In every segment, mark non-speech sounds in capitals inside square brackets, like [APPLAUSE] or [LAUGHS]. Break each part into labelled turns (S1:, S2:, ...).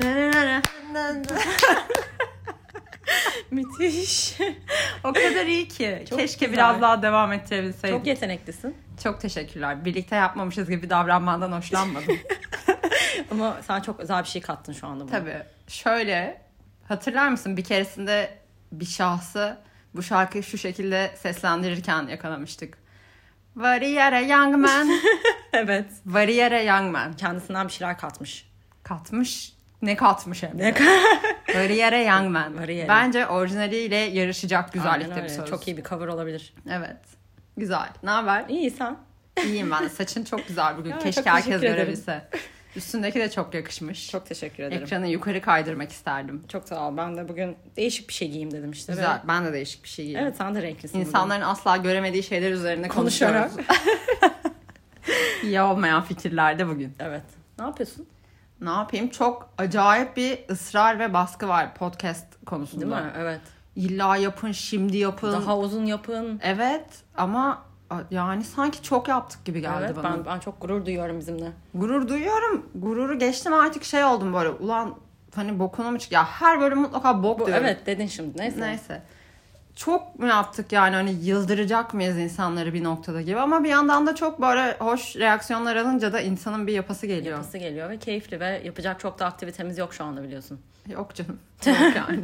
S1: [LAUGHS]
S2: Müthiş. o kadar iyi ki.
S1: Çok
S2: Keşke
S1: güzel.
S2: biraz daha devam ettirebilseydim.
S1: Çok
S2: Çok,
S1: yeteneklisin.
S2: teşekkürler. Birlikte yapmamışız gibi
S1: [LAUGHS]
S2: davranmandan hoşlanmadım.
S1: Ama sen çok özel bir şey kattın şu anda buna.
S2: Tabii. Şöyle hatırlar mısın bir keresinde bir şahsı bu şarkıyı şu şekilde seslendirirken yakalamıştık. Variyere young
S1: [LAUGHS]
S2: man,
S1: Evet.
S2: variyere young man.
S1: Kendisinden bir şeyler katmış.
S2: Katmış, ne katmış hem de.
S1: Ne kadar
S2: [LAUGHS] Variyere young man.
S1: Variyere.
S2: Bence orijinaliyle yarışacak güzellikte bir söz.
S1: Çok iyi bir cover olabilir.
S2: Evet. Güzel. Ne haber?
S1: İyi sen.
S2: İyiyim ben. de. Saçın çok güzel bugün.
S1: Ya,
S2: Keşke
S1: çok
S2: herkes
S1: teşekkür ederim.
S2: görebilse. Üstündeki de çok yakışmış.
S1: Çok teşekkür ederim.
S2: Ekranı yukarı kaydırmak isterdim.
S1: Çok sağ ol. Ben de bugün değişik bir şey giyeyim dedim işte. ve-
S2: Güzel. Ben de değişik bir şey giydim.
S1: Evet sen de renklisin.
S2: İnsanların asla göremediği şeyler üzerine
S1: bugün. konuşarak.
S2: konuşuyoruz. [LAUGHS] İyi olmayan fikirlerde bugün.
S1: [LAUGHS] evet. Ne yapıyorsun?
S2: Ne yapayım? Çok acayip bir ısrar ve baskı var podcast konusunda.
S1: Değil mi? Evet.
S2: İlla yapın, şimdi yapın.
S1: Daha uzun yapın.
S2: Evet ama yani sanki çok yaptık gibi geldi
S1: evet,
S2: bana.
S1: ben, ben çok gurur duyuyorum bizimle.
S2: Gurur duyuyorum. Gururu geçtim artık şey oldum böyle. Ulan hani bokuna mı çık? Ya her bölüm mutlaka bok
S1: Bu,
S2: diyorum.
S1: evet dedin şimdi. Neyse.
S2: Neyse. Çok mu yaptık yani hani yıldıracak mıyız insanları bir noktada gibi ama bir yandan da çok böyle hoş reaksiyonlar alınca da insanın bir yapası geliyor.
S1: Yapısı geliyor ve keyifli ve yapacak çok da aktivitemiz yok şu anda biliyorsun.
S2: Yok canım. [LAUGHS] Yok yani.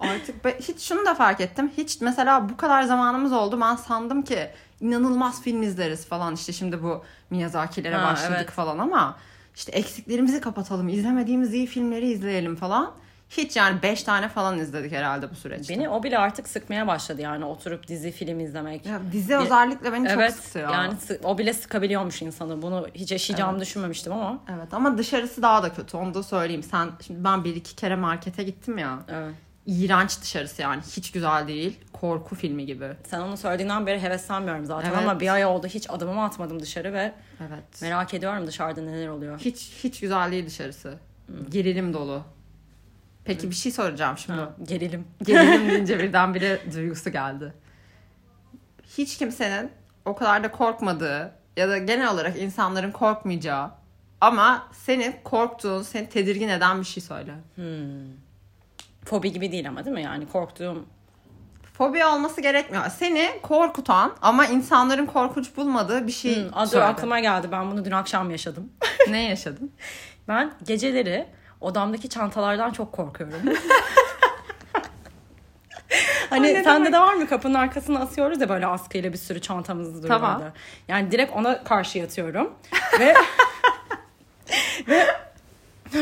S2: Artık be- hiç şunu da fark ettim. Hiç mesela bu kadar zamanımız oldu. Ben sandım ki inanılmaz film izleriz falan. İşte şimdi bu Miyazaki'lere
S1: Ha,
S2: başladık
S1: evet.
S2: falan ama işte eksiklerimizi kapatalım. izlemediğimiz iyi filmleri izleyelim falan. Hiç yani 5 tane falan izledik herhalde bu süreçte.
S1: Beni o bile artık sıkmaya başladı yani oturup dizi film izlemek.
S2: Ya dizi özellikle beni
S1: evet
S2: çok sıkıyor.
S1: yani sı- o bile sıkabiliyormuş insanı. Bunu hiç yaşayacağımı düşünmemiştim ama.
S2: Evet ama dışarısı daha da kötü onu da söyleyeyim. Sen şimdi ben bir iki kere markete gittim ya.
S1: Evet.
S2: İğrenç dışarısı yani hiç güzel değil. Korku filmi gibi.
S1: Sen onu söylediğinden beri heveslenmiyorum zaten
S2: Evet.
S1: ama bir ay oldu hiç adımımı atmadım dışarı ve
S2: Evet.
S1: merak ediyorum dışarıda neler oluyor.
S2: Hiç hiç güzel değil dışarısı. Gerilim dolu. Peki bir şey soracağım şimdi.
S1: Ha, gerilim.
S2: [LAUGHS]
S1: [LAUGHS]
S2: Gerilim deyince birdenbire duygusu geldi. Hiç kimsenin o kadar da korkmadığı ya da genel olarak insanların korkmayacağı ama seni korktuğun, seni tedirgin eden bir şey söyle.
S1: Fobi gibi değil ama değil mi yani korktuğum
S2: Fobi olması gerekmiyor. Seni korkutan ama insanların korkunç bulmadığı bir şey
S1: Hı, adı
S2: söyle. [LAUGHS]
S1: aklıma geldi ben bunu dün akşam yaşadım.
S2: Ne yaşadın?
S1: Ben geceleri odamdaki çantalardan çok
S2: [LAUGHS]
S1: korkuyorum. hani
S2: Ay, ne
S1: sende
S2: demek?
S1: de var mı kapının arkasına asıyoruz ya böyle askıyla bir sürü çantamız duruyor
S2: Tamam.
S1: orada. Yani direkt ona karşı
S2: [LAUGHS]
S1: yatıyorum ve ve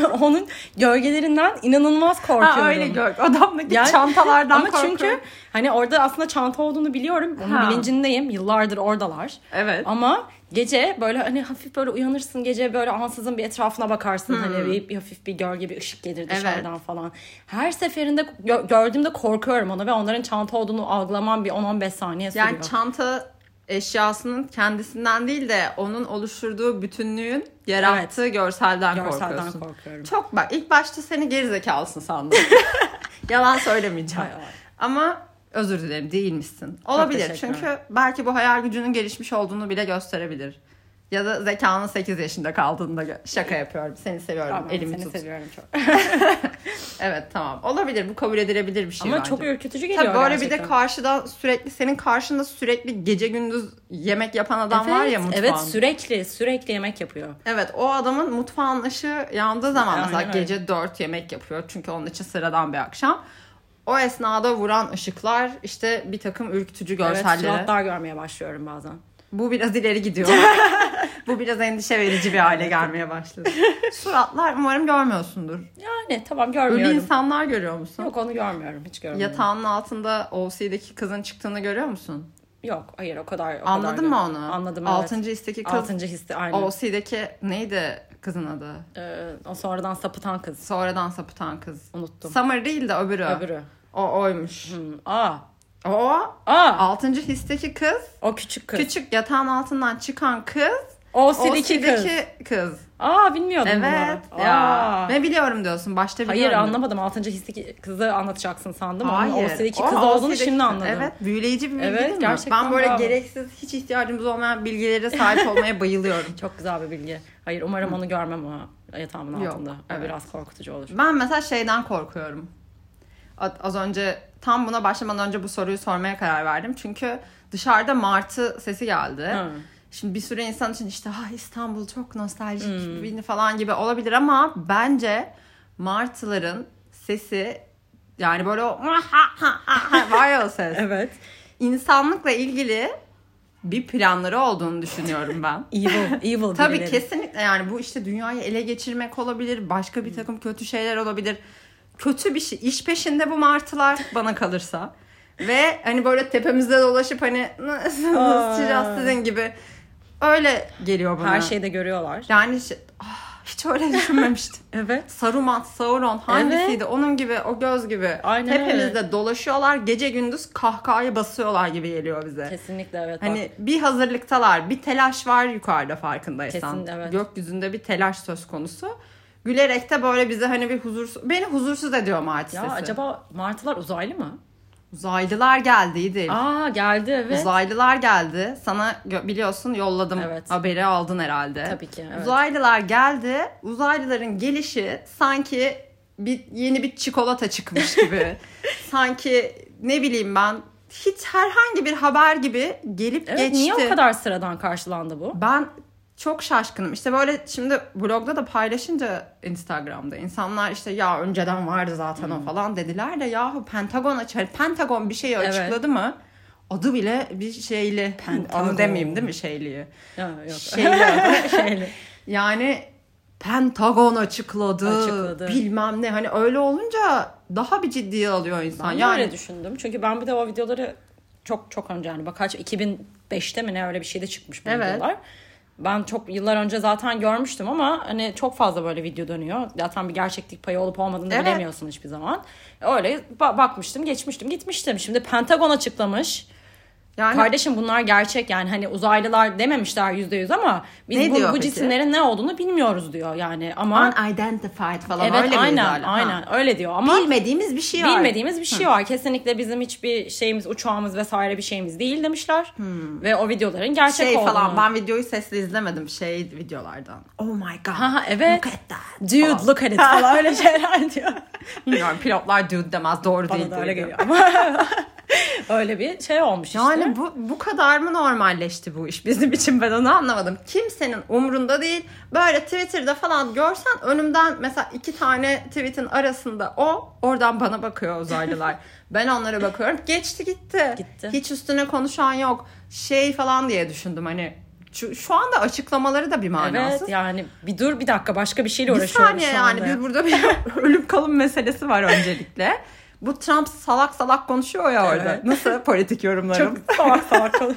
S1: [LAUGHS] onun gölgelerinden inanılmaz korkuyorum.
S2: Ha, öyle gör. Adamdaki
S1: Yani-
S2: çantalardan
S1: Ama çünkü hani orada aslında çanta olduğunu biliyorum. Onun
S2: Ha.
S1: bilincindeyim. Yıllardır oradalar.
S2: Evet.
S1: Ama gece böyle hani hafif böyle uyanırsın gece böyle ansızın bir etrafına bakarsın
S2: Hmm.
S1: hani bir, bir hafif bir gölge bir ışık gelir dışarıdan falan. Her seferinde gö- gördüğümde korkuyorum ona ve onların çanta olduğunu algılamam bir 10-15 saniye sürüyor.
S2: Yani çanta eşyasının kendisinden değil de onun oluşturduğu bütünlüğün yarattığı görselden,
S1: Görselden
S2: korkuyorsun.
S1: korkuyorum.
S2: Çok bak ilk başta seni
S1: [LAUGHS]
S2: gerizekalısın sandım. Yalan söylemeyeceğim.
S1: Ay, ay.
S2: Ama özür dilerim değilmişsin. Olabilir
S1: teşekkürler.
S2: çünkü belki bu hayal gücünün gelişmiş olduğunu bile gösterebilir. Ya da zekanın 8 yaşında kaldığında gö- şaka yapıyorum. Seni seviyorum.
S1: Tamam,
S2: Elimi
S1: seni
S2: tut.
S1: seviyorum çok.
S2: Evet tamam. Olabilir. Bu kabul edilebilir bir şey
S1: Ama
S2: bence.
S1: çok ürkütücü geliyor
S2: Tabii böyle bir de
S1: gerçekten.
S2: karşıdan sürekli senin karşında sürekli gece gündüz yemek yapan adam
S1: Evet,
S2: var ya mutfağında.
S1: Evet sürekli sürekli yemek yapıyor.
S2: Evet o adamın mutfağın ışığı yandığı zaman
S1: Aynen
S2: mesela
S1: öyle.
S2: gece 4 yemek yapıyor. Çünkü onun için sıradan bir akşam. O esnada vuran ışıklar işte bir takım ürkütücü
S1: Evet
S2: görselleri.
S1: suratlar görmeye başlıyorum bazen.
S2: Bu biraz
S1: [LAUGHS]
S2: ileri gidiyor. Bu biraz endişe verici bir hale gelmeye başladı. Suratlar umarım görmüyorsundur.
S1: Yani tamam
S2: Ölü
S1: görmüyorum.
S2: insanlar görüyor musun?
S1: Yok onu görmüyorum hiç görmüyorum.
S2: Yatağının altında OC'deki kızın çıktığını görüyor musun?
S1: Yok hayır o kadar. O kadar
S2: Anladın mı
S1: da-
S2: onu?
S1: Anladım evet.
S2: Altıncı isteki kız.
S1: Altıncı hissi aynı. O...
S2: OC'deki neydi kızın adı?
S1: Ee, o sonradan sapıtan kız.
S2: Sonradan sapıtan kız.
S1: Unuttum.
S2: Summer değil de öbürü.
S1: Öbürü.
S2: O oymuş.
S1: Hmm, Aa.
S2: O
S1: Aa.
S2: altıncı histeki kız,
S1: O küçük kız.
S2: Küçük yatağın altından çıkan kız.
S1: OCD'ki kız.
S2: kız.
S1: Aa bilmiyordum
S2: Evet
S1: bunu.
S2: ya.
S1: Aa.
S2: Ne biliyorum diyorsun. Başta biliyorum.
S1: Hayır anlamadım. Altıncı hisli kızı anlatacaksın sandım. Hayır. Ama
S2: Hayır.
S1: OCD'deki
S2: O
S1: kız olduğunu
S2: OCD'deki
S1: şimdi
S2: kız.
S1: anladım.
S2: Evet. Büyüleyici bir bilgi
S1: Evet,
S2: değil mi?
S1: gerçekten
S2: Ben böyle
S1: bravo.
S2: gereksiz hiç ihtiyacımız olmayan bilgilere sahip olmaya bayılıyorum.
S1: Çok güzel bir bilgi. Hayır umarım onu görmem ama yatağımın
S2: Yok,
S1: altında. O
S2: evet.
S1: biraz korkutucu olur.
S2: Ben mesela şeyden korkuyorum. A- Az önce tam buna başlamadan önce bu soruyu sormaya karar verdim. Çünkü dışarıda martı sesi geldi.
S1: Hı.
S2: Şimdi bir sürü insan için işte ha İstanbul çok nostaljik bir- falan gibi olabilir ama bence martıların sesi yani böyle o [LAUGHS] var ya o ses.
S1: Evet.
S2: İnsanlıkla ilgili bir planları olduğunu düşünüyorum ben.
S1: Evil. Evil
S2: [LAUGHS] Tabii
S1: birileri.
S2: kesinlikle yani bu işte dünyayı ele geçirmek olabilir, başka bir takım kötü şeyler olabilir. Kötü bir şey, iş peşinde
S1: [LAUGHS]
S2: bu martılar bana kalırsa. Ve hani böyle tepemizde dolaşıp hani
S1: Aa.
S2: nasıl sıçacağız sizin gibi. Öyle geliyor bana.
S1: Her şey- şeyi de görüyorlar.
S2: Yani şey- Ah, hiç öyle düşünmemiştim.
S1: [LAUGHS] Evet.
S2: Saruman, Sauron hangisiydi? Onun gibi, o göz gibi.
S1: Aynen öyle.
S2: Tepemizde dolaşıyorlar, gece gündüz kahkahayı basıyorlar gibi geliyor bize.
S1: Kesinlikle evet. Bak,
S2: Hani bir hazırlıktalar, bir telaş var yukarıda farkındaysan.
S1: Kesin, evet.
S2: Gökyüzünde bir telaş söz konusu. Gülerek de böyle bize hani bir huzursuz... Beni huzursuz ediyor martı
S1: ya
S2: sesi.
S1: acaba martılar uzaylı mı?
S2: Uzaylılar geldiydi.
S1: Aa geldi evet.
S2: Uzaylılar geldi. Sana gö- biliyorsun yolladım
S1: Evet.
S2: haberi aldın herhalde.
S1: Tabii ki, evet.
S2: Uzaylılar geldi. Uzaylıların gelişi sanki bir yeni bir çikolata
S1: [LAUGHS]
S2: çıkmış gibi. sanki ne bileyim ben hiç herhangi bir haber gibi gelip
S1: evet,
S2: geçti.
S1: Niye o kadar sıradan karşılandı bu?
S2: Ben çok şaşkınım. İşte böyle şimdi blogda da paylaşınca Instagram'da insanlar işte ya önceden vardı zaten o falan dediler de yahu Pentagon açar. Pentagon bir şeyi
S1: Evet.
S2: açıkladı mı? Adı bile bir şeyli.
S1: Pentagon.
S2: Onu demeyeyim değil mi şeyliği?
S1: Ya, yok.
S2: Şey.
S1: [LAUGHS]
S2: Şeyli.
S1: Şeyli.
S2: [LAUGHS] yani Pentagon açıkladı,
S1: Açıkladı.
S2: Bilmem ne hani öyle olunca daha bir ciddiye alıyor insan.
S1: Ben de
S2: yani
S1: öyle düşündüm. Çünkü ben bir de o videoları çok çok önce yani bak kaç 2005'te mi ne öyle bir şeyde çıkmış bu
S2: Evet.
S1: videolar. Ben çok yıllar önce zaten görmüştüm ama hani çok fazla böyle video dönüyor. Zaten bir gerçeklik payı olup olmadığını da
S2: Evet.
S1: bilemiyorsun hiçbir zaman. Öyle ba- bakmıştım, geçmiştim, gitmiştim. Şimdi Pentagon açıklamış.
S2: yani
S1: Kardeşim bunlar gerçek yani hani uzaylılar dememişler yüzde yüz ama biz
S2: Ne
S1: bu,
S2: diyor
S1: bu
S2: peki?
S1: cisimlerin ne olduğunu bilmiyoruz diyor yani ama
S2: unidentified falan
S1: evet
S2: öyle miydi
S1: aynen
S2: hala? Ha.
S1: aynen öyle diyor ama
S2: Bilmediğimiz bir şey var.
S1: Bilmediğimiz bir şey var. Kesinlikle bizim hiçbir şeyimiz, uçağımız vesaire bir şeyimiz değil demişler. Ve o videoların gerçek
S2: şey
S1: olduğunu.
S2: falan ben videoyu sesli izlemedim
S1: [LAUGHS]
S2: şey videolardan. Oh my god.
S1: Ha, evet.
S2: Look at that.
S1: Dude look at it falan
S2: [LAUGHS]
S1: öyle şeyler diyor.
S2: Bilmiyorum pilotlar dude demez doğru değil.
S1: Bana da öyle
S2: diyor.
S1: geliyor ama. [LAUGHS] öyle bir şey olmuş işte.
S2: Yani bu bu kadar mı normalleşti bu iş bizim için ben onu anlamadım. Kimsenin umrunda değil. Böyle Twitter'da falan görsen önümden mesela iki tane tweetin arasında o oradan bana
S1: [LAUGHS]
S2: bakıyor uzaylılar. ben onlara bakıyorum. Geçti gitti.
S1: Gitti.
S2: Hiç üstüne konuşan yok. Şey falan diye düşündüm hani şu, şu anda açıklamaları da bir manasız.
S1: Evet yani bir dur bir dakika başka bir şeyle
S2: Bir
S1: uğraşıyoruz
S2: saniye
S1: şu anda.
S2: yani biz burada bir [LAUGHS] ölüm kalım meselesi var öncelikle. Bu Trump salak salak konuşuyor ya orada.
S1: Evet.
S2: Nasıl politik yorumlarım?
S1: Çok salak salak oluyor.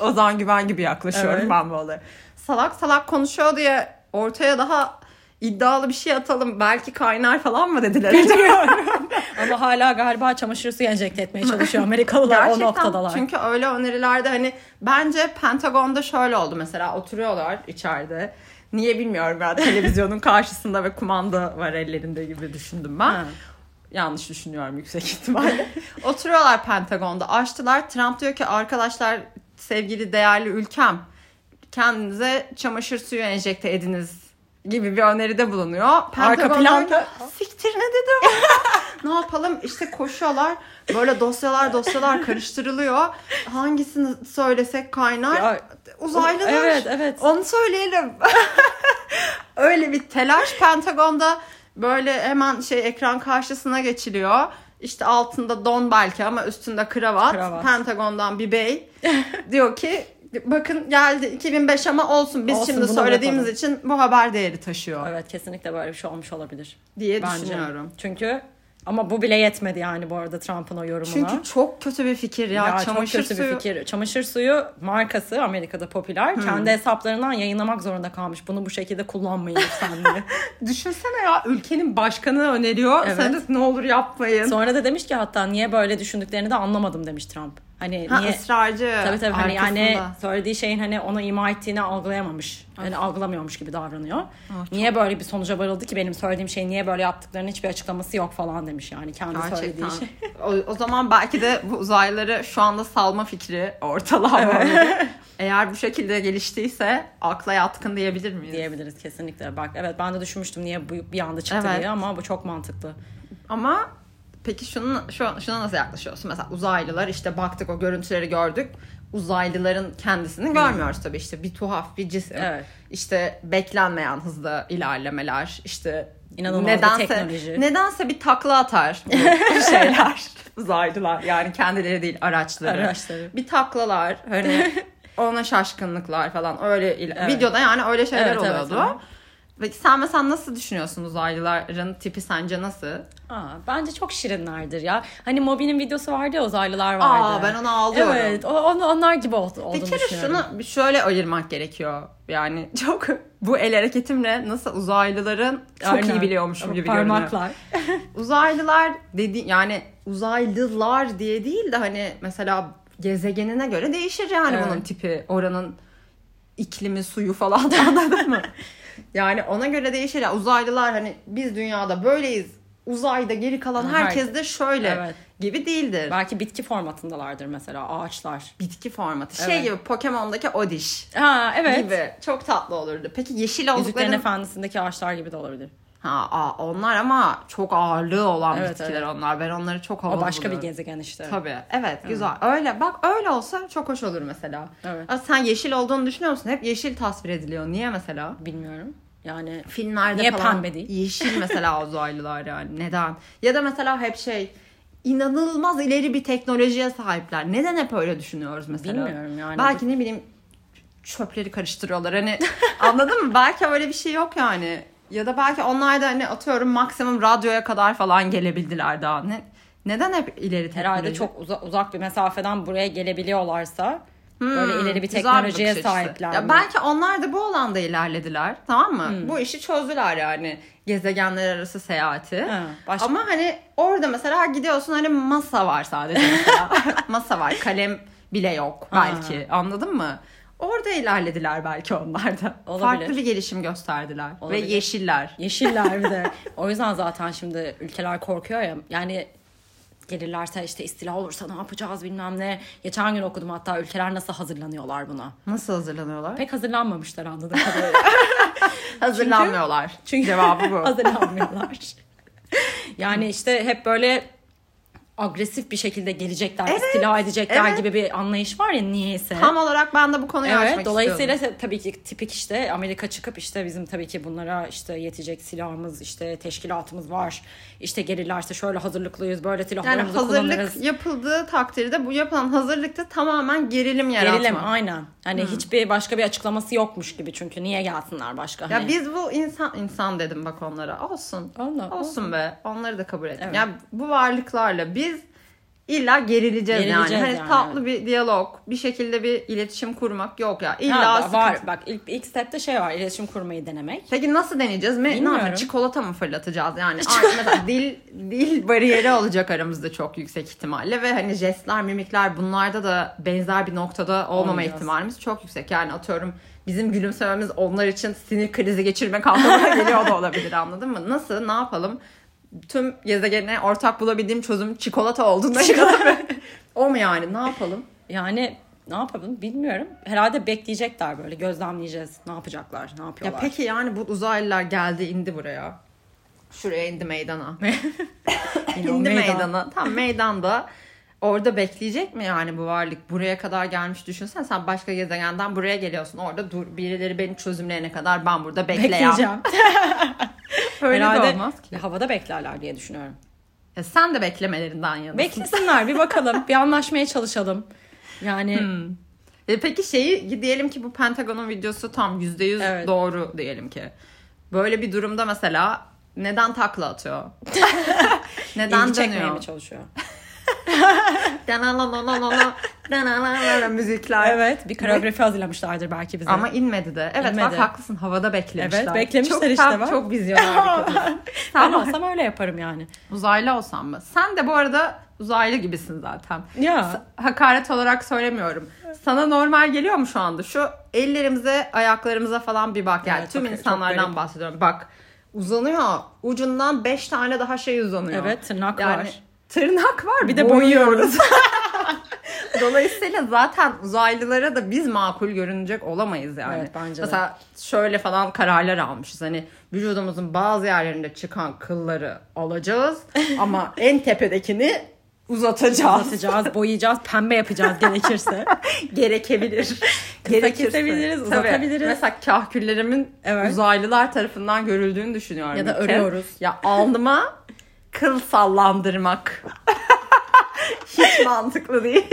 S2: Ozan Güven gibi yaklaşıyorum
S1: Evet.
S2: ben bu olaya. Salak salak konuşuyor diye ortaya daha iddialı bir şey atalım. Belki kaynar falan mı dediler?
S1: Ama hala galiba çamaşır suyu enjekte etmeye çalışıyor Amerikalılar o
S2: [LAUGHS] Gerçekten
S1: noktadalar.
S2: çünkü öyle önerilerde hani bence Pentagon'da şöyle oldu mesela oturuyorlar içeride. Niye bilmiyorum ben televizyonun [LAUGHS] karşısında ve kumanda var ellerinde gibi düşündüm ben.
S1: Ha.
S2: Yanlış düşünüyorum yüksek [LAUGHS] ihtimalle. Oturuyorlar Pentagon'da açtılar. Trump diyor ki arkadaşlar sevgili değerli ülkem kendinize çamaşır suyu enjekte ediniz gibi bir öneride bulunuyor. Pentagon diyor
S1: planda-
S2: ki, Siktir ne dedim. [LAUGHS] ne yapalım işte koşuyorlar böyle dosyalar dosyalar karıştırılıyor. Hangisini söylesek kaynar.
S1: Ya,
S2: Uzaylılar.
S1: Evet evet.
S2: Onu söyleyelim. [LAUGHS] Öyle bir telaş Pentagon'da böyle hemen şey ekran karşısına geçiliyor. İşte altında don belki ama üstünde kravat.
S1: Kravat.
S2: Pentagon'dan bir bey diyor ki bakın geldi 2005 ama olsun biz
S1: Olsun,
S2: şimdi
S1: bunu
S2: söylediğimiz
S1: yapalım."
S2: için bu haber değeri taşıyor
S1: Evet kesinlikle böyle bir şey olmuş olabilir.
S2: diye
S1: Bence.
S2: düşünüyorum.
S1: Çünkü ama bu bile yetmedi yani bu arada Trump'ın o yorumuna.
S2: Çünkü çok kötü bir fikir ya,
S1: Ya
S2: çamaşır
S1: çok kötü
S2: suyu. Hmm.
S1: bir fikir. Çamaşır suyu markası Amerika'da popüler. Kendi hesaplarından yayınlamak zorunda kalmış. Bunu bu şekilde kullanmayın lütfen
S2: [LAUGHS]
S1: diye.
S2: Düşünsene ya ülkenin başkanı öneriyor.
S1: Evet.
S2: Sen de ne olur yapmayın.
S1: Sonra da demiş ki hatta niye böyle düşündüklerini de anlamadım demiş Trump. Hani
S2: Ha
S1: niye
S2: ısrarcı.
S1: Tabii tabii hani yani
S2: arkasında.
S1: söylediği şeyin hani ona ima ettiğini algılayamamış. Yani algılamıyormuş gibi davranıyor.
S2: çok-
S1: Niye böyle bir sonuca varıldı ki benim söylediğim şey niye böyle yaptıklarının hiçbir açıklaması yok falan demiş yani kendi
S2: Gerçekten.
S1: söylediği şey. [LAUGHS]
S2: O, o zaman belki de bu uzaylıları şu anda salma fikri ortalama. Eğer bu şekilde geliştiyse akla yatkın diyebilir miyiz?
S1: diyebiliriz kesinlikle. Bak evet ben de düşünmüştüm niye bu bir anda çıktı
S2: Evet.
S1: diye ama bu çok mantıklı.
S2: Ama peki şunun, şu, şuna nasıl yaklaşıyorsun? Mesela uzaylılar işte baktık o görüntüleri gördük. Uzaylıların kendisini görmüyoruz tabii işte bir tuhaf bir cisim.
S1: Hmm. Evet.
S2: İşte beklenmeyen hızda ilerlemeler işte
S1: İnanılmaz bir teknoloji.
S2: Nedense bir takla atar
S1: [LAUGHS]
S2: bu şeyler uzaylılar yani kendileri değil araçları.
S1: Araçları.
S2: Bir taklalar hani
S1: [LAUGHS]
S2: ona şaşkınlıklar falan öyle il- videoda yani öyle şeyler
S1: Evet, evet,
S2: oluyordu.
S1: evet.
S2: Peki sen mesela nasıl düşünüyorsun uzaylıların tipi sence nasıl?
S1: Aa, bence çok şirinlerdir ya. Hani Moby'nin videosu vardı ya uzaylılar vardı.
S2: Aa, ben ona ağlıyorum.
S1: Evet o- on- onlar gibi ol, olduğunu
S2: Bir kere
S1: düşünüyorum.
S2: şunu bir şöyle ayırmak gerekiyor. Yani [LAUGHS] çok bu el hareketimle nasıl uzaylıların çok
S1: Aynen.
S2: iyi biliyormuşum gibi görünüyor.
S1: Parmaklar.
S2: Uzaylılar dedi yani uzaylılar diye değil de hani mesela gezegenine göre değişir yani
S1: Evet.
S2: bunun tipi. Oranın iklimi, suyu falan [LAUGHS] anladın mı? Yani ona göre değişir. Yani uzaylılar hani biz dünyada böyleyiz. Uzayda geri kalan herkes de şöyle
S1: Evet.
S2: gibi değildir.
S1: Belki bitki formatındalardır mesela ağaçlar.
S2: Bitki formatı. Şey
S1: Evet.
S2: gibi Pokemon'daki Odish.
S1: Aa evet.
S2: gibi. Çok tatlı olurdu. Peki yeşil
S1: Yüzüklerin
S2: oldukları...
S1: Efendisi'ndeki ağaçlar gibi de olabilir.
S2: Ha, aa, onlar ama çok ağırlığı olan
S1: Evet,
S2: bitkiler onlar. Ben onları çok havalı
S1: O başka bir
S2: buluyorum.
S1: gezegen işte.
S2: Tabii. Evet, güzel. Öyle bak öyle olsa çok hoş olur mesela.
S1: Evet.
S2: Aa, Sen yeşil olduğunu düşünüyor musun? Hep yeşil tasvir ediliyor. Niye mesela?
S1: Bilmiyorum. Yani
S2: Filmlerde
S1: Niye
S2: falan
S1: pembe değil?
S2: yeşil
S1: [LAUGHS]
S2: mesela uzaylılar yani. Neden? Ya da mesela hep şey inanılmaz ileri bir teknolojiye sahipler. Neden hep öyle düşünüyoruz mesela?
S1: Bilmiyorum yani.
S2: Belki ne bileyim çöpleri karıştırıyorlar hani [LAUGHS] anladın mı? Belki öyle bir şey yok yani. Ya da belki onlar da hani atıyorum maksimum radyoya kadar falan gelebildiler daha. Ne, neden hep ileri teknoloji?
S1: herhalde çok uza- uzak bir mesafeden buraya gelebiliyorlarsa böyle
S2: Hmm,
S1: ileri bir
S2: güzel
S1: teknolojiye
S2: bakış açısı.
S1: sahipler.
S2: Ya
S1: mi?
S2: belki onlar da bu alanda ilerlediler. Tamam mı? Bu işi çözdüler yani. Gezegenler arası seyahati.
S1: Ha, başka-
S2: Ama hani orada mesela gidiyorsun hani masa var sadece
S1: [LAUGHS]
S2: mesela. masa var. Kalem bile yok belki. Anladın mı? Orada ilerlediler belki onlar da.
S1: Olabilir.
S2: Farklı bir gelişim gösterdiler.
S1: Olabilir.
S2: Ve yeşiller.
S1: Yeşiller bir de. O yüzden zaten şimdi ülkeler korkuyor ya. Yani gelirlerse işte istila olursa ne yapacağız bilmem ne. Geçen gün okudum hatta ülkeler nasıl hazırlanıyorlar buna.
S2: Nasıl hazırlanıyorlar?
S1: Pek hazırlanmamışlar anladığım kadarıyla.
S2: Hazırlanmıyorlar.
S1: [LAUGHS]
S2: Çünkü cevabı bu.
S1: hazırlanmıyorlar. Yani işte hep böyle agresif bir şekilde gelecekler, istila edecekler
S2: evet.
S1: gibi bir anlayış var ya niyeyse.
S2: Tam olarak ben de bu konuyu
S1: Evet,
S2: açmak
S1: dolayısıyla
S2: istiyordum.
S1: se- tabii ki tipik işte Amerika çıkıp işte bizim tabii ki bunlara işte yetecek silahımız, işte teşkilatımız var. İşte gelirlerse şöyle hazırlıklıyız, böyle
S2: Yani
S1: silahlarımızı kullanırız.
S2: hazırlık yapıldığı takdirde bu yapılan hazırlıkta tamamen gerilim yaratma.
S1: Gerilim aynen. Hani
S2: Hmm.
S1: hiçbir başka bir açıklaması yokmuş gibi çünkü niye gelsinler başka?
S2: Ya
S1: hani.
S2: biz bu insan insan dedim bak onlara. Olsun.
S1: Allah,
S2: olsun,
S1: olsun.
S2: be. Onları da kabul ettim.
S1: Evet.
S2: Ya bu varlıklarla biz illa gerileceğiz, yani.
S1: Gerileceğiz
S2: Hani
S1: yani,
S2: tatlı bir diyalog, bir şekilde bir iletişim kurmak yok ya.
S1: Ha,
S2: İlla
S1: da- var.
S2: sıkıntı-
S1: Bak ilk, ilk stepte şey var iletişim kurmayı denemek.
S2: Peki nasıl deneyeceğiz? Me- Ne
S1: Bilmiyorum.
S2: yapacağız? Çikolata mı fırlatacağız?
S1: [LAUGHS]
S2: Yani Ay, mesela dil dil bariyeri olacak aramızda çok yüksek ihtimalle ve hani jestler, mimikler bunlarda da benzer bir noktada olmama
S1: Olmayacağız.
S2: ihtimalimiz çok yüksek. Yani atıyorum bizim gülümsememiz onlar için sinir krizi geçirmek anlamına [LAUGHS] geliyor da olabilir anladın mı? Nasıl? Ne yapalım? Tüm gezegene ortak bulabildiğim çözüm çikolata
S1: [LAUGHS]
S2: olduğunda o mu yani? Ne yapalım?
S1: Yani ne yapalım bilmiyorum. Herhalde bekleyecekler böyle gözlemleyeceğiz. Ne yapacaklar, ne
S2: Ya
S1: yapıyorlar.
S2: peki yani bu uzaylılar geldi indi buraya. Şuraya indi meydana.
S1: [LAUGHS] Yine o
S2: indi
S1: meydan.
S2: meydana. Tam meydanda. Orada bekleyecek mi yani bu varlık? Buraya kadar gelmiş düşünsen sen başka gezegenden buraya geliyorsun. Orada dur birileri beni çözümleyene kadar ben burada bekleyeceğim.
S1: [LAUGHS] Bekleyeceğim.
S2: Öyle
S1: Herhalde
S2: de olmaz ki.
S1: havada beklerler diye düşünüyorum.
S2: Ya sen de beklemelerinden yanasın.
S1: Beklesinler bir bakalım. bir anlaşmaya çalışalım. Yani
S2: E peki şeyi diyelim ki bu Pentagon'un videosu tam %100
S1: Evet.
S2: doğru diyelim ki. Böyle bir durumda mesela neden takla
S1: [LAUGHS]
S2: atıyor? neden
S1: ilgi çekmeye
S2: dönüyor?
S1: mi çalışıyor?
S2: Dananananana, danananana müzikler.
S1: Evet bir koreografi hazırlamışlardır belki bize.
S2: Ama inmedi de. Evet bak
S1: İnmedi.
S2: haklısın havada beklemişler.
S1: Evet, beklemişler
S2: çok,
S1: işte,
S2: tam-
S1: bak. [LAUGHS]
S2: Çok vizyoner bir kadın.
S1: ben
S2: Sen
S1: olsam öyle yaparım yani.
S2: uzaylı olsan mı? Sen de bu arada uzaylı gibisin zaten.
S1: Ya.
S2: Hakaret olarak söylemiyorum. Sana normal geliyor mu şu anda? Şu ellerimize, ayaklarımıza falan bir bak. Yani
S1: Evet,
S2: tüm
S1: çok- çok
S2: insanlardan
S1: garip.
S2: bahsediyorum. Bak uzanıyor. Ucundan 5 tane daha şey uzanıyor.
S1: Evet, tırnak var.
S2: Tırnak var.
S1: Bir de [LAUGHS]
S2: boyuyoruz. [LAUGHS] Dolayısıyla zaten uzaylılara da biz makul görünecek olamayız yani.
S1: Evet, bence de.
S2: Mesela şöyle falan kararlar almışız. Hani vücudumuzun bazı yerlerinde çıkan kılları alacağız
S1: [LAUGHS]
S2: ama en tepedekini uzatacağız.
S1: Atacağız, boyayacağız, pembe yapacağız
S2: [LAUGHS]
S1: gerekirse. [LAUGHS]
S2: Gerekebilir.
S1: kesebiliriz,
S2: Tabii.
S1: uzatabiliriz.
S2: Mesela kahküllerimin
S1: Evet.
S2: uzaylılar tarafından görüldüğünü düşünüyorum.
S1: Ya da
S2: bir kez.
S1: örüyoruz.
S2: Ya alnıma kıl
S1: [LAUGHS]
S2: sallandırmak. Hiç mantıklı değil.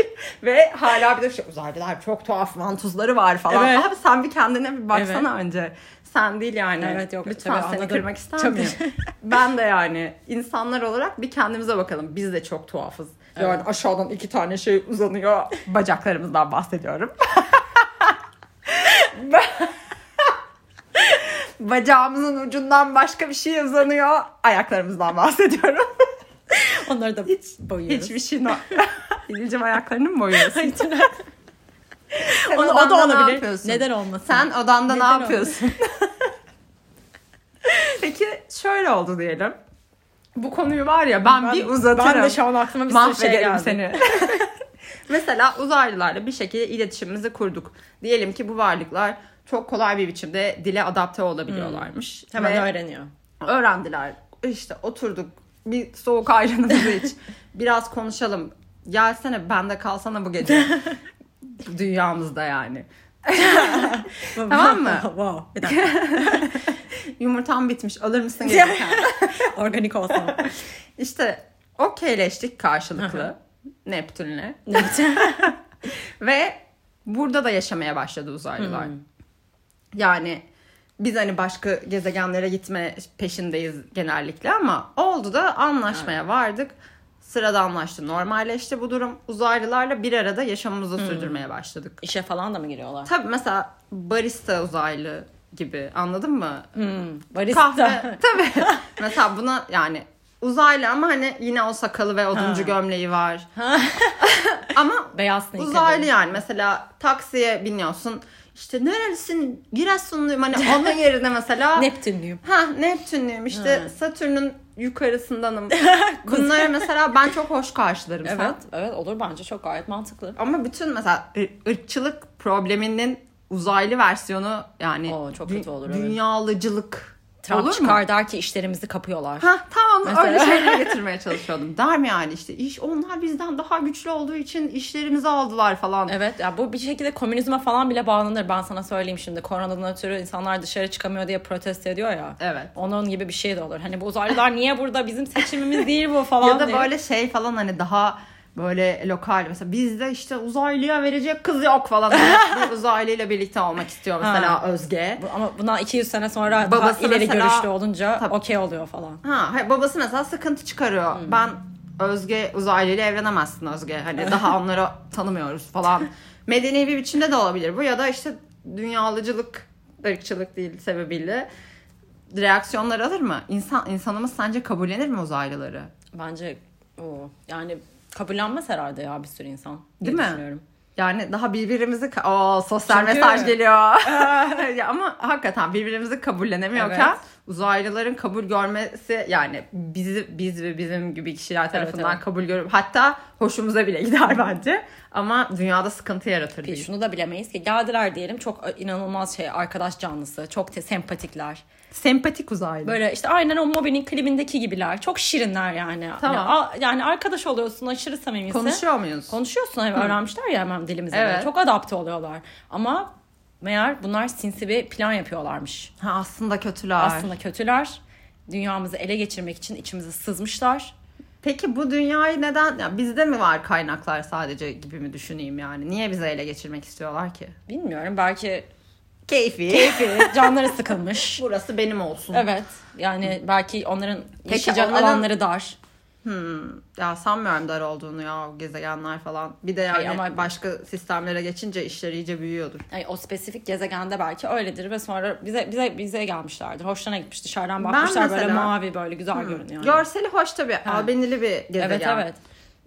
S2: Ve hala bir de şey, uzaylılar çok tuhaf mantuzları var falan.
S1: Evet.
S2: Abi sen bir kendine bir baksana önce. Sen değil yani.
S1: Evet, yok,
S2: Lütfen
S1: tabii
S2: seni
S1: anladım.
S2: kırmak ister
S1: Çok-
S2: miyim? [LAUGHS] ben de yani insanlar olarak bir kendimize bakalım. Biz de çok tuhafız. Yani aşağıdan iki tane şey uzanıyor. Bacaklarımızdan bahsediyorum. [LAUGHS] Ba- Bacağımızın ucundan başka bir şey uzanıyor. Ayaklarımızdan bahsediyorum.
S1: Onları da
S2: Hiç-
S1: boyuyoruz.
S2: Hiçbir
S1: [LAUGHS]
S2: şey no- İlcim ayaklarını mı boyuyorsun?
S1: Hayır, tırnak-
S2: Sen
S1: Onu, o
S2: odanda
S1: da
S2: ne
S1: olabilir.
S2: yapıyorsun?
S1: Neden olmasın?
S2: Sen odanda
S1: Neden
S2: ne yapıyorsun? [LAUGHS] Peki şöyle oldu diyelim. Bu konuyu var ya ben, bir uzatırım.
S1: Ben de şu an aklıma bir sürü şey
S2: Mahvederim
S1: geldi.
S2: seni. [LAUGHS] Mesela uzaylılarla bir şekilde iletişimimizi kurduk. Diyelim ki bu varlıklar çok kolay bir biçimde dile adapte olabiliyorlarmış.
S1: Hemen
S2: Ve
S1: öğreniyor.
S2: öğrendiler. İşte oturduk bir soğuk ayranımızı [LAUGHS] iç. Biraz konuşalım. Gelsene bende kalsana bu gece. [LAUGHS] Dünyamızda yani. Tamam mı?
S1: [LAUGHS] wow. Bir
S2: [LAUGHS]
S1: dakika.
S2: Yumurtam bitmiş alır [LAUGHS] mısın gelirken?
S1: Organik olsun.
S2: işte okeyleştik
S1: Hı
S2: karşılıklı. Neptün'le.
S1: Ne diyeceğim?
S2: Ve burada da yaşamaya başladı uzaylılar. Yani biz hani başka gezegenlere gitme peşindeyiz genellikle ama oldu da anlaşmaya vardık. Sıradanlaştı, normalleşti bu durum. Uzaylılarla bir arada yaşamımızı sürdürmeye başladık.
S1: İşe falan da mı giriyorlar?
S2: Tabii mesela barista uzaylı gibi anladın mı?
S1: Hmm, barista.
S2: Kahve. Tabii. mesela buna yani uzaylı ama hani yine o sakalı ve oduncu gömleği var. [LAUGHS] ama
S1: [LAUGHS] Beyaz sneaker.
S2: Uzaylı yani mesela taksiye biniyorsun işte nerelisin Giresunluyum hani
S1: [LAUGHS]
S2: onun yerine mesela
S1: Neptünlüyüm.
S2: ha Neptünlüyüm işte
S1: Ha.
S2: Satürn'ün
S1: [LAUGHS]
S2: yukarısındanım. Bunları mesela ben çok hoş karşılarım sen.
S1: Evet, evet olur bence çok gayet mantıklı.
S2: Ama bütün mesela ır- ırkçılık probleminin uzaylı versiyonu yani
S1: Oo, çok kötü olur, evet.
S2: dünyalıcılık
S1: Trump
S2: olur mu?
S1: çıkar der ki işlerimizi kapıyorlar.
S2: Ha tamam
S1: Mesela.
S2: öyle
S1: [LAUGHS]
S2: şeylere getirmeye çalışıyordum. Der mi yani işte iş onlar bizden daha güçlü olduğu için işlerimizi aldılar falan.
S1: Evet ya bu bir şekilde komünizme falan bile bağlanır ben sana söyleyeyim şimdi. Koronadan ötürü insanlar dışarı çıkamıyor diye protesto ediyor ya.
S2: Evet.
S1: Onun gibi bir şey de olur. Hani bu uzaylılar niye burada bizim seçimimiz değil bu falan
S2: Ya da
S1: diye.
S2: böyle şey falan hani daha böyle lokal mesela bizde işte uzaylıya verecek kız yok
S1: [LAUGHS]
S2: falan. Hani bir uzaylıyla birlikte olmak istiyor mesela Özge.
S1: Bu- Ama buna 200 sene sonra
S2: Babası
S1: daha ileri
S2: mesela-
S1: görüşlü olunca
S2: Tabii.
S1: okey oluyor falan.
S2: Ha, hayır, babası mesela sıkıntı çıkarıyor. Ben Özge uzaylıyla evlenemezsin Özge. Hani daha onları tanımıyoruz falan. Medeni bir biçimde de olabilir bu ya da işte dünyalıcılık, ırkçılık değil sebebiyle reaksiyonlar alır mı? İnsan insanımız sence kabullenir mi uzaylıları?
S1: Bence o yani kabullenmez herhalde ya bir sürü insan. diye
S2: Değil mi?
S1: düşünüyorum.
S2: Yani daha birbirimizi ka- Oo, sosyal
S1: Çünkü- [LAUGHS]
S2: mesaj geliyor. [LAUGHS] ya ama hakikaten birbirimizi kabullenemiyorken
S1: Evet.
S2: uzaylıların kabul görmesi yani bizi biz ve bizim gibi kişiler tarafından
S1: evet.
S2: kabul görüp hatta hoşumuza bile gider bence. Ama dünyada sıkıntı yaratır.
S1: Bir
S2: diye.
S1: E, Şunu da bilemeyiz ki geldiler diyelim çok inanılmaz şey arkadaş canlısı, çok te- sempatikler.
S2: Sempatik uzaylı.
S1: Böyle işte aynen o Moby'nin klibindeki gibiler. Çok şirinler yani.
S2: Tamam.
S1: Yani, a- yani arkadaş oluyorsun aşırı samimisin.
S2: konuşuyor muyuz?
S1: Konuşuyorsun hani öğrenmişler ya hemen dilimize.
S2: Evet.
S1: Böyle Çok adapte oluyorlar. Ama meğer bunlar sinsi bir plan yapıyorlarmış.
S2: ha, aslında kötüler.
S1: Aslında kötüler. Dünyamızı ele geçirmek için içimize sızmışlar.
S2: Peki bu dünyayı neden ya bizde mi var kaynaklar sadece gibi mi düşüneyim yani? Niye bize ele geçirmek istiyorlar ki?
S1: Bilmiyorum belki
S2: Keyfi.
S1: canları sıkılmış.
S2: Burası benim olsun.
S1: evet. Yani belki onların yaşayacak
S2: onların-
S1: alanları dar.
S2: Ya sanmıyorum dar olduğunu ya o gezegenler falan. Bir de yani
S1: Hayır ama-
S2: başka sistemlere geçince işler iyice büyüyordur.
S1: Yani o spesifik gezegende belki öyledir ve sonra bize bize bize gelmişlerdir. Hoşlarına gitmiş dışarıdan
S2: Ben
S1: bakmışlar böyle
S2: mesela-
S1: mavi böyle güzel görünüyor.
S2: Görseli hoş tabii. Albenili bir gezegen.
S1: evet evet.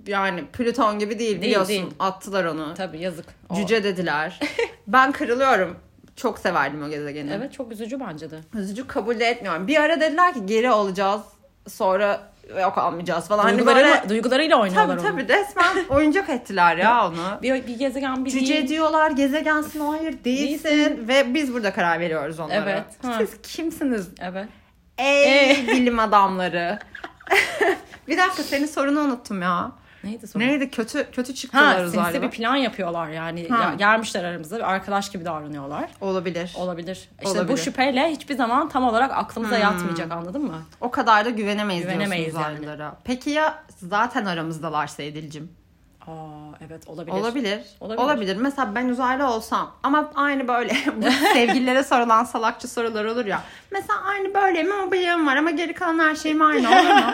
S2: yani Plüton gibi değil, biliyorsun.
S1: değil.
S2: Attılar onu.
S1: Tabii yazık. O-
S2: Cüce [LAUGHS] dediler. ben kırılıyorum. Çok severdim o gezegeni.
S1: Evet çok üzücü bence de.
S2: Üzücü kabul de etmiyorum. Bir ara dediler ki geri olacağız. Sonra yok almayacağız falan. Hani
S1: Duygularıyla,
S2: [LAUGHS] böyle-
S1: duygularıyla oynuyorlar
S2: Tabii
S1: onu.
S2: tabii resmen oyuncak ettiler [LAUGHS] ya onu.
S1: Bir, bir gezegen bir
S2: Cüce diyorlar gezegensin o hayır değilsin. ve biz burada karar veriyoruz onlara.
S1: Evet, ha. E.
S2: Siz kimsiniz
S1: Evet.
S2: ey bilim adamları? [LAUGHS] bir dakika senin sorunu unuttum ya.
S1: Neydi soru?
S2: Neydi kötü kötü
S1: Ha,
S2: çıktılar
S1: sinsi
S2: uzaylı.
S1: bir plan yapıyorlar yani.
S2: Ha.
S1: Ya- gelmişler aramıza bir arkadaş gibi davranıyorlar.
S2: Olabilir.
S1: Olabilir. Hmm. İşte
S2: Olabilir.
S1: bu şüpheyle hiçbir zaman tam olarak aklımıza yatmayacak anladın mı?
S2: O kadar da güvenemeyiz,
S1: Güvenemeyiz
S2: diyorsun
S1: yani.
S2: uzaylılara. Peki ya zaten aramızdalar Seydil'cim?
S1: Aa evet olabilir.
S2: Olabilir.
S1: Olabilir.
S2: Olabilir. Mesela ben uzaylı olsam ama aynı böyle [LAUGHS] bu sevgililere sorulan salakça sorular olur ya. Mesela aynı böyle mi o bıyığım var ama geri kalan her şeyim aynı olur mu?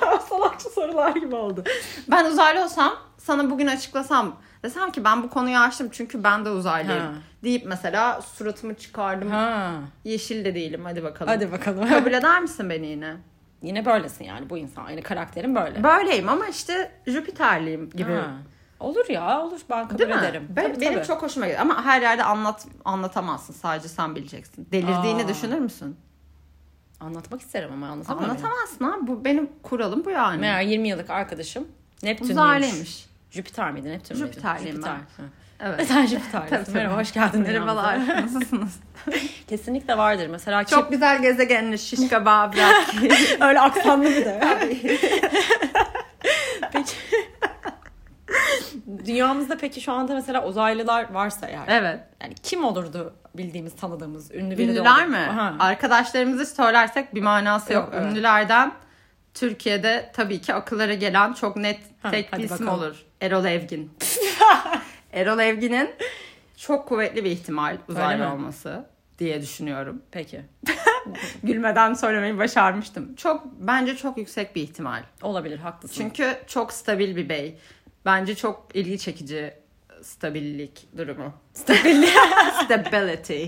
S1: [LAUGHS] O salakçı sorular gibi oldu.
S2: ben uzaylı olsam sana bugün açıklasam desem ki ben bu konuyu açtım çünkü ben de uzaylıyım
S1: Ha.
S2: deyip mesela suratımı çıkardım.
S1: Ha.
S2: Yeşil de değilim hadi bakalım.
S1: Hadi bakalım.
S2: Kabul eder misin beni yine?
S1: Yine böylesin yani bu insan. Aynı karakterin böyle.
S2: Böyleyim ama işte Jüpiterliyim gibi.
S1: Ha. Olur ya olur ben kabul
S2: Değil mi?
S1: ederim.
S2: Ben-
S1: Tabii,
S2: benim
S1: tabii.
S2: çok hoşuma gidiyor. Ama her yerde anlat anlatamazsın. Sadece sen bileceksin. Delirdiğini
S1: Aa.
S2: düşünür müsün?
S1: Anlatmak isterim ama anlatamam.
S2: Anlatamazsın abi. Bu benim kuralım bu yani.
S1: Meğer 20 yıllık arkadaşım Neptün'müş.
S2: Uzaylıymış.
S1: Jüpiter miydi Neptün müydü?
S2: Jüpiterliyim
S1: Jüpiter.
S2: ben.
S1: Hı.
S2: Evet.
S1: [LAUGHS] Sen Jüpiter'lisin.
S2: Tabii,
S1: Merhaba hoş geldin.
S2: Merhabalar.
S1: [LAUGHS]
S2: [LAUGHS] Nasılsınız?
S1: Kesinlikle vardır. Mesela çok
S2: Çok güzel gezegeniniz Şişka Babra.
S1: [LAUGHS] öyle aksanlı bir de. peki. [LAUGHS] Dünyamızda peki şu anda mesela uzaylılar varsa eğer.
S2: evet.
S1: Yani kim olurdu bildiğimiz, tanıdığımız, ünlü biri de
S2: Ünlüler
S1: olurdu.
S2: mi?
S1: Aha.
S2: Arkadaşlarımızı söylersek bir manası yok.
S1: Yok, evet.
S2: Ünlülerden Türkiye'de tabii ki akıllara gelen çok net
S1: Ha,
S2: tek bir
S1: hadi
S2: isim
S1: bakalım.
S2: olur.
S1: [LAUGHS]
S2: Erol Evgin. Erol Evgin'in çok kuvvetli bir ihtimal
S1: Öyle
S2: uzaylı
S1: mi?
S2: olması diye düşünüyorum.
S1: Peki.
S2: Gülmeden söylemeyi başarmıştım. Çok bence çok yüksek bir ihtimal.
S1: Olabilir haklısın.
S2: Çünkü çok stabil bir bey. Bence çok ilgi çekici stabillik
S1: [LAUGHS]
S2: durumu. Stabillik. Stability.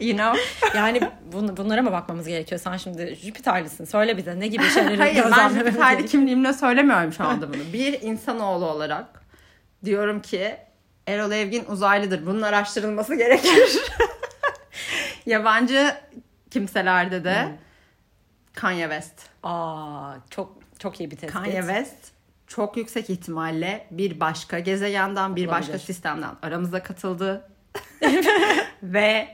S2: You know?
S1: yani bun, bunlara mı bakmamız gerekiyor? Sen şimdi Jüpiterlisin. Söyle bize ne gibi şeyleri
S2: Hayır ben
S1: gözlemlememiz
S2: Jüpiter'li
S1: gerekiyor?
S2: kimliğimle söylemiyorum şu anda bunu. Bir insanoğlu olarak diyorum ki Erol Evgin uzaylıdır. Bunun araştırılması gerekir. [LAUGHS] Yabancı kimselerde de Kanye West.
S1: Aa, çok çok iyi bir tespit.
S2: Kanye West çok yüksek ihtimalle bir başka gezegenden, bir
S1: Olabilir.
S2: başka sistemden aramıza katıldı. Ve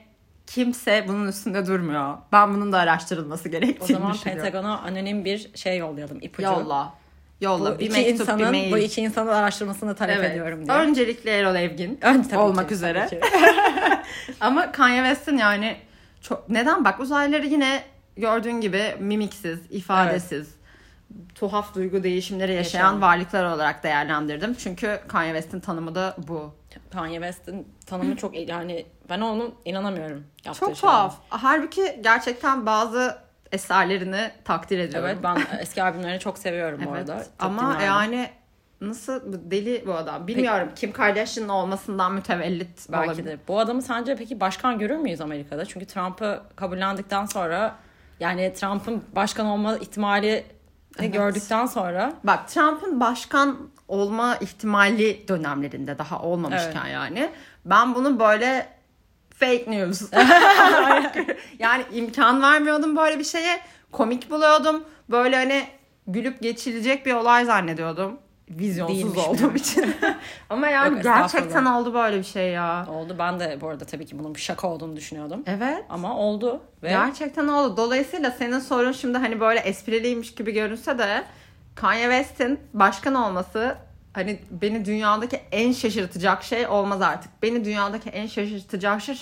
S2: kimse bunun üstünde durmuyor. Ben bunun da araştırılması
S1: O
S2: gerektiğini
S1: zaman
S2: düşünüyorum.
S1: Pentagon'a anonim bir şey yollayalım, ipucu.
S2: Yolla. Yolla.
S1: Bu
S2: bir
S1: iki
S2: mektup, bir
S1: insanın
S2: mail.
S1: bu iki insanın araştırmasını talep ediyorum diye.
S2: Öncelikle Erol Evgin
S1: Ön- [LAUGHS] tabii ki,
S2: olmak
S1: tabii
S2: üzere.
S1: ki.
S2: Ama Kanye West'in yani çok neden bak uzaylıları yine gördüğün gibi mimiksiz, ifadesiz, tuhaf duygu değişimleri yaşayan
S1: Yaşayan.
S2: varlıklar olarak değerlendirdim. Çünkü Kanye West'in tanımı da bu.
S1: Kanye West'in tanımı çok iyi. yani ben ona inanamıyorum. yaptığı
S2: Çok
S1: şeylere.
S2: tuhaf. Halbuki gerçekten bazı eserlerini takdir ediyorum.
S1: Evet ben eski albümlerini çok seviyorum bu
S2: Evet.
S1: arada. Çok
S2: Ama
S1: dinlerdim.
S2: yani nasıl bu deli bu adam bilmiyorum. Kim Kardashian'ın olmasından mütevellit
S1: belki
S2: olabilir.
S1: de. Bu adamı sence peki başkan görür müyüz Amerika'da? Çünkü Trump'ı kabullendikten sonra yani Trump'ın başkan olma ihtimali gördükten sonra
S2: Bak Trump'ın başkan olma ihtimali dönemlerinde daha olmamışken
S1: Evet.
S2: yani ben bunu böyle fake
S1: [LAUGHS]
S2: news yani imkan vermiyordum böyle bir şeye komik buluyordum böyle hani gülüp geçilecek bir olay zannediyordum vizyonsuz
S1: Değilmiş
S2: olduğum için [LAUGHS] ama yani
S1: Yok,
S2: gerçekten
S1: estağfurullah.
S2: oldu böyle bir şey ya
S1: oldu. Ben de bu arada tabii ki bunun bir şaka olduğunu düşünüyordum.
S2: evet
S1: Ama oldu ve
S2: Gerçekten oldu. Dolayısıyla senin sorun şimdi hani böyle espriliymiş gibi görünse de Kanye West'in başkan olması hani beni dünyadaki en şaşırtacak şey olmaz artık. Beni dünyadaki en şaşırtacak şey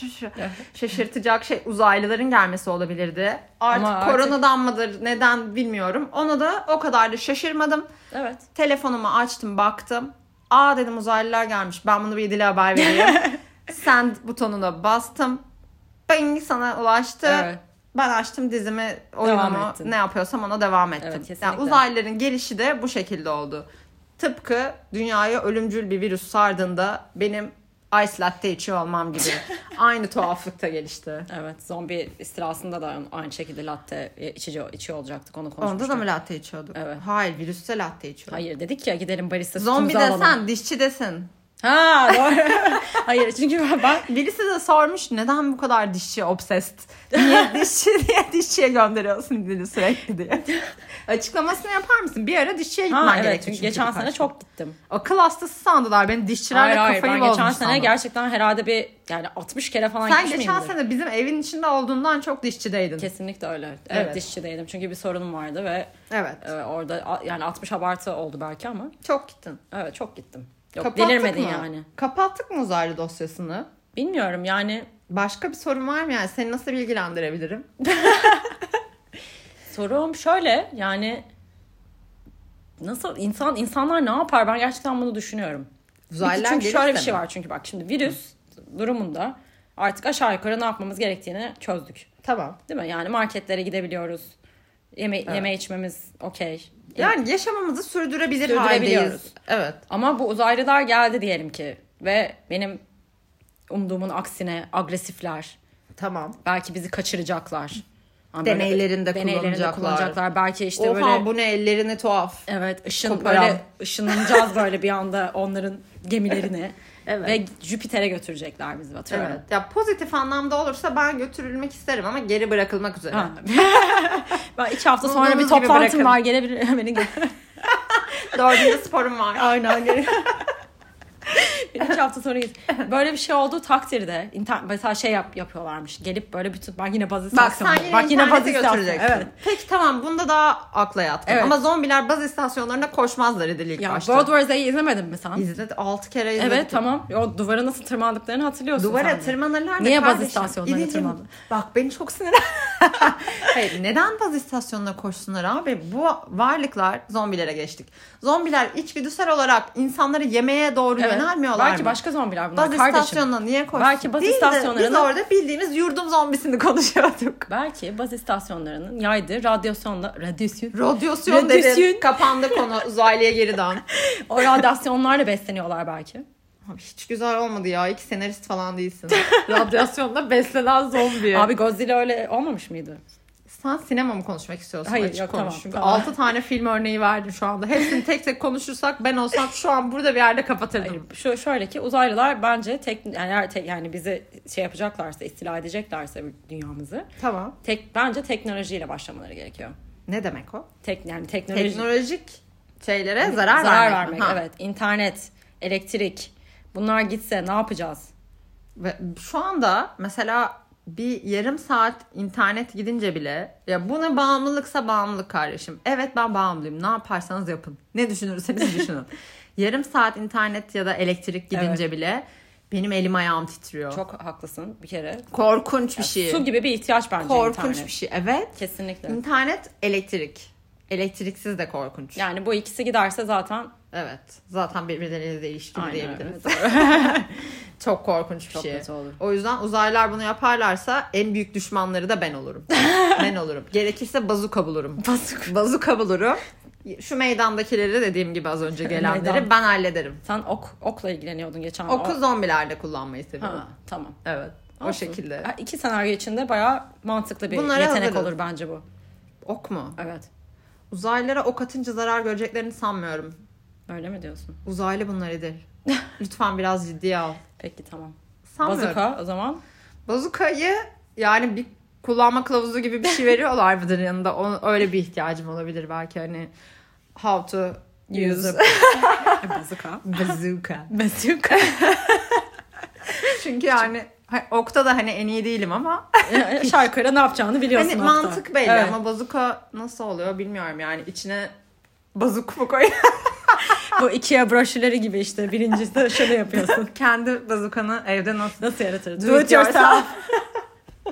S2: şaşırtacak şey uzaylıların gelmesi olabilirdi. Artık,
S1: Ama artık-
S2: koronadan mıdır neden bilmiyorum. Ona da o kadar da şaşırmadım.
S1: evet.
S2: Telefonumu açtım baktım. Aa dedim uzaylılar gelmiş. Ben bunu bir dile haber
S1: [LAUGHS]
S2: vereyim. Send butonuna bastım. Bing sana ulaştı.
S1: Evet.
S2: Ben açtım dizimi,
S1: Devam
S2: oyunumu,
S1: ettin.
S2: ne yapıyorsam ona devam ettim.
S1: Evet,
S2: Yani
S1: kesinlikle.
S2: uzaylıların gelişi de bu şekilde oldu. Tıpkı dünyaya ölümcül bir virüs sardığında benim ice latte içiyor
S1: [LAUGHS]
S2: olmam gibi. Aynı tuhaflıkta gelişti.
S1: Evet zombi istilasında da aynı şekilde latte e, içici, içiyor olacaktık onu konuşmuştuk.
S2: Onda da mı latte içiyorduk?
S1: Evet.
S2: Hayır virüste latte içiyorduk.
S1: Hayır dedik ya gidelim barista
S2: Zombi
S1: sütümüzü
S2: desen,
S1: alalım.
S2: dişçi desen.
S1: Ha doğru. [LAUGHS] Hayır çünkü ben, ben
S2: Birisi de sormuş neden bu kadar dişçi obsessed?
S1: [LAUGHS]
S2: Niye dişçi diye dişçiye gönderiyorsun dili sürekli diye. Açıklamasını yapar mısın? Bir ara dişçiye gitmen
S1: ha, evet,
S2: gerekti.
S1: çünkü
S2: çünkü
S1: geçen
S2: birkaç
S1: sene
S2: gün.
S1: çok gittim.
S2: Akıl hastası sandılar. Beni dişçilerle
S1: Hayır hayır
S2: kafayı
S1: ben
S2: bozmuş
S1: geçen sene
S2: sandılar.
S1: gerçekten herhalde bir yani 60 kere falan
S2: Sen
S1: gitmiş
S2: geçen
S1: miyimdir?
S2: sene bizim evin içinde olduğundan çok dişçideydin.
S1: Kesinlikle öyle. Evet,
S2: Evet.
S1: dişçideydim çünkü bir sorunum vardı ve
S2: Evet.
S1: e, orada a- yani 60 abartı oldu belki ama
S2: Çok gittin.
S1: evet çok gittim. Yok
S2: Kapattık
S1: delirmedin
S2: mı?
S1: yani.
S2: Kapattık mı uzaylı dosyasını?
S1: Bilmiyorum yani
S2: Başka bir sorun var mı yani? Seni nasıl bilgilendirebilirim?
S1: sorum şöyle yani nasıl insan insanlar ne yapar ben gerçekten bunu düşünüyorum.
S2: Uzaylılar
S1: çünkü şöyle bir
S2: gelirse
S1: şey
S2: mi?
S1: var çünkü bak şimdi virüs durumunda artık aşağı yukarı ne yapmamız gerektiğini çözdük.
S2: Tamam.
S1: Değil mi? Yani marketlere gidebiliyoruz. Yeme, yeme içmemiz okey.
S2: Yani yaşamımızı sürdürebilir
S1: Sürdürebiliyoruz.
S2: haldeyiz. Evet.
S1: Ama bu uzaylılar geldi diyelim ki ve benim umduğumun aksine agresifler.
S2: Tamam.
S1: Belki bizi kaçıracaklar. Yani böyle-
S2: Deneylerinde kullanacaklar.
S1: Belki işte
S2: Oha
S1: böyle
S2: bu ne ellerini tuhaf.
S1: evet ışın
S2: Koparan.
S1: böyle ışınlanacağız böyle bir anda [LAUGHS] onların gemilerine. Ve Jüpiter'e götürecekler bizi
S2: Evet.
S1: atıyorum.
S2: Ya pozitif anlamda olursa ben götürülmek isterim ama geri bırakılmak üzere.
S1: Ha. ben iki hafta sonra bir
S2: Umduğunuz gibi
S1: toplantım
S2: bırakın.
S1: var gelebilir [LAUGHS] beni götür.
S2: Dördüncü sporum var.
S1: [LAUGHS] Aynen iki hafta sonra
S2: [LAUGHS]
S1: git. Böyle bir şey olduğu takdirde inter- mesela şey yap, yapıyorlarmış. Gelip böyle bütün bak yine baz
S2: Bak
S1: istasyonu.
S2: sen yine Bak yine
S1: baz istasyonu.
S2: götüreceksin.
S1: Evet.
S2: Peki tamam bunda daha akla yatkın.
S1: Evet.
S2: Ama zombiler baz istasyonlarına koşmazlar edil ilk
S1: Ya
S2: başta.
S1: World War Z'yi izlemedin mi sen?
S2: İzledik 6 kere izledik.
S1: Evet tamam. O duvara nasıl tırmandıklarını hatırlıyorsun
S2: Duvara
S1: sen de.
S2: tırmanırlar da
S1: Niye baz
S2: kardeşim,
S1: istasyonlarına
S2: İdil'cim,
S1: tırmandın?
S2: Bak beni çok sinir. [LAUGHS] Hayır neden baz istasyonuna koşsunlar abi? Bu varlıklar zombilere geçtik. Zombiler içgüdüsel olarak insanları yemeye doğru
S1: Evet.
S2: yönelmiyorlar
S1: Belki
S2: mı?
S1: başka zombiler bunlar
S2: Baz
S1: kardeşim.
S2: istasyonuna niye koşsun?
S1: Belki baz
S2: Değil de Biz
S1: istasyonlarına-
S2: orada bildiğimiz yurdum zombisini [LAUGHS] konuşuyorduk.
S1: Belki baz istasyonlarının yaydığı radyasyonla radyasyon
S2: Radyasyon dedi.
S1: Radyasyon.
S2: Kapandı konu uzaylıya geri dön.
S1: o radyasyonlarla besleniyorlar belki.
S2: Abi hiç güzel olmadı ya. İki senarist
S1: [LAUGHS]
S2: falan değilsin.
S3: Radyasyonla beslenen zombi.
S1: Abi Godzilla öyle olmamış mıydı?
S2: Sen sinema mı konuşmak istiyorsun?
S1: Hayır,
S2: Açık
S1: yok,
S2: konuş.
S1: tamam,
S2: Çünkü
S1: tamam.
S2: 6 tane film örneği verdim şu anda. Hepsini tek tek konuşursak ben olsam şu an burada bir yerde kapatırdım.
S1: Şu şöyle ki uzaylılar bence tek yani, eğer tek- yani bizi şey yapacaklarsa istila edeceklerse dünyamızı
S2: Tamam.
S1: tek bence teknolojiyle başlamaları gerekiyor.
S2: Ne demek o?
S1: Tek yani teknoloji
S2: Teknolojik şeylere zarar,
S1: zarar
S2: vermek. mi?
S1: vermek,
S2: Ha.
S1: evet. İnternet, elektrik bunlar gitse ne yapacağız?
S2: Ve şu anda mesela bir yarım saat internet gidince bile ya buna bağımlılıksa bağımlılık kardeşim. Evet ben bağımlıyım. Ne yaparsanız yapın.
S1: [LAUGHS]
S2: Ne düşünürseniz düşünün. yarım saat internet ya da elektrik gidince bile benim elim ayağım titriyor. Çok
S1: Çok haklısın bir kere.
S2: korkunç bir şey.
S1: Su gibi bir ihtiyaç bence
S2: korkunç
S1: internet.
S2: bir şey. Evet.
S1: Kesinlikle.
S2: İnternet, elektrik. Elektriksiz de korkunç.
S1: Yani bu ikisi giderse zaten
S2: Evet. Zaten birbirleriyle de ilişkili
S1: Aynen,
S2: diyebiliriz. [LAUGHS] Çok korkunç bir
S1: Çok
S2: şey.
S1: kötü olur.
S2: O yüzden uzaylılar bunu yaparlarsa en büyük düşmanları da
S1: [LAUGHS]
S2: ben olurum. ben olurum. Gerekirse bazuka bulurum. Bazuka. bulurum. Şu meydandakileri dediğim gibi az önce
S1: [LAUGHS]
S2: gelenleri
S1: Meydan.
S2: ben hallederim.
S1: sen ok okla ilgileniyordun geçen.
S2: Oku
S1: O-
S2: zombilerde kullanmayı seviyorum.
S1: Ha, tamam.
S2: Evet. O
S1: Olsun.
S2: şekilde.
S1: Ha, İki senaryo içinde bayağı mantıklı bir
S2: Bunlara
S1: yetenek
S2: hazırız.
S1: olur bence bu.
S2: Ok mu?
S1: Evet.
S2: Uzaylılara ok atınca zarar göreceklerini sanmıyorum.
S1: Öyle mi diyorsun?
S2: Uzaylı
S1: [LAUGHS]
S2: bunlar Edir. Lütfen biraz ciddiye al.
S1: Peki tamam.
S2: Sanmıyorum.
S1: Bazuka o zaman.
S2: Bazukayı yani bir kullanma kılavuzu gibi bir [LAUGHS] şey veriyorlar mıdır yanında? O, öyle bir ihtiyacım olabilir belki hani how to use [LAUGHS]
S1: Bazuka.
S2: bazooka.
S1: Bazuka.
S2: Çünkü yani ha- okta da hani en iyi değilim ama
S1: Ee, Şarkıyla ne yapacağını biliyorsun.
S2: hani
S1: hatta.
S2: mantık belli
S1: Evet.
S2: ama bazuka nasıl oluyor bilmiyorum yani içine bazuk mu koy?
S1: Bu Ikea broşürleri gibi işte birincisi [LAUGHS] de şöyle yapıyorsun.
S2: [LAUGHS] Kendi bazukanı evde nasıl?
S1: Nasıl yaratırız?
S2: Do it yourself. [LAUGHS]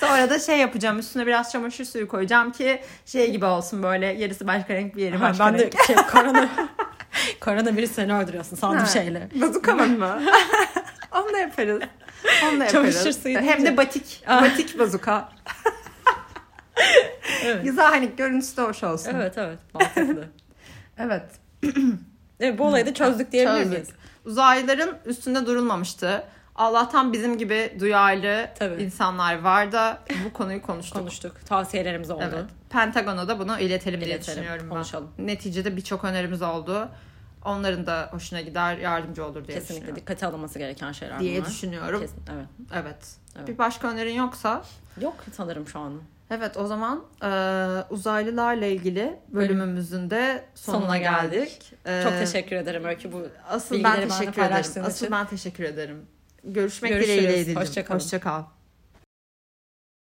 S2: Sonra da şey yapacağım üstüne biraz çamaşır suyu koyacağım ki şey gibi olsun böyle yarısı başka renk bir yeri
S1: Ha,
S2: başka
S1: ben de
S2: renk.
S1: şey, korona, [LAUGHS] koronavirüs seni öldürüyorsun sandım
S2: Ha.
S1: şeyle.
S2: Bazukamın mı? [LAUGHS] Onu da yaparız. Onu da
S1: Çamaşır
S2: yaparız.
S1: suyu
S2: Hem de
S1: deyince. Ah.
S2: batik. batik bazuka.
S1: Evet.
S2: Güzel hani görüntüsü de hoş olsun.
S1: Evet evet mantıklı.
S2: Evet.
S1: Evet, bu olayı da çözdük diyebilir
S2: Çözdük.
S1: miyiz?
S2: Uzaylıların üstünde durulmamıştı. Allah'tan bizim gibi duyarlı
S1: Tabii.
S2: insanlar var da bu konuyu konuştuk.
S1: Konuştuk. Tavsiyelerimiz oldu.
S2: Evet. Pentagon'a da bunu iletelim, diye
S1: İletelim,
S2: düşünüyorum ben.
S1: konuşalım.
S2: Neticede birçok önerimiz oldu. Onların da hoşuna gider, yardımcı olur diye
S1: Kesinlikle
S2: düşünüyorum.
S1: dikkate alınması gereken şeyler
S2: Diye
S1: bunlar.
S2: düşünüyorum.
S1: Kesin, evet.
S2: Evet.
S1: Evet.
S2: Bir başka önerin yoksa
S1: Yok sanırım şu an.
S2: evet o zaman e, uzaylılarla ilgili bölümümüzün de sonuna,
S1: Sonuna
S2: geldik.
S1: geldik.
S2: E,
S1: Çok teşekkür ederim Öykü bu
S2: Asıl
S1: Bilgileri
S2: ben
S1: benimle
S2: teşekkür ederim.
S1: paylaştığın
S2: Asıl
S1: için.
S2: ben teşekkür ederim. Görüşmek
S1: Görüşürüz.
S2: dileğiyle Edil'cim.
S1: Hoşça kalın.
S2: Hoşça kal.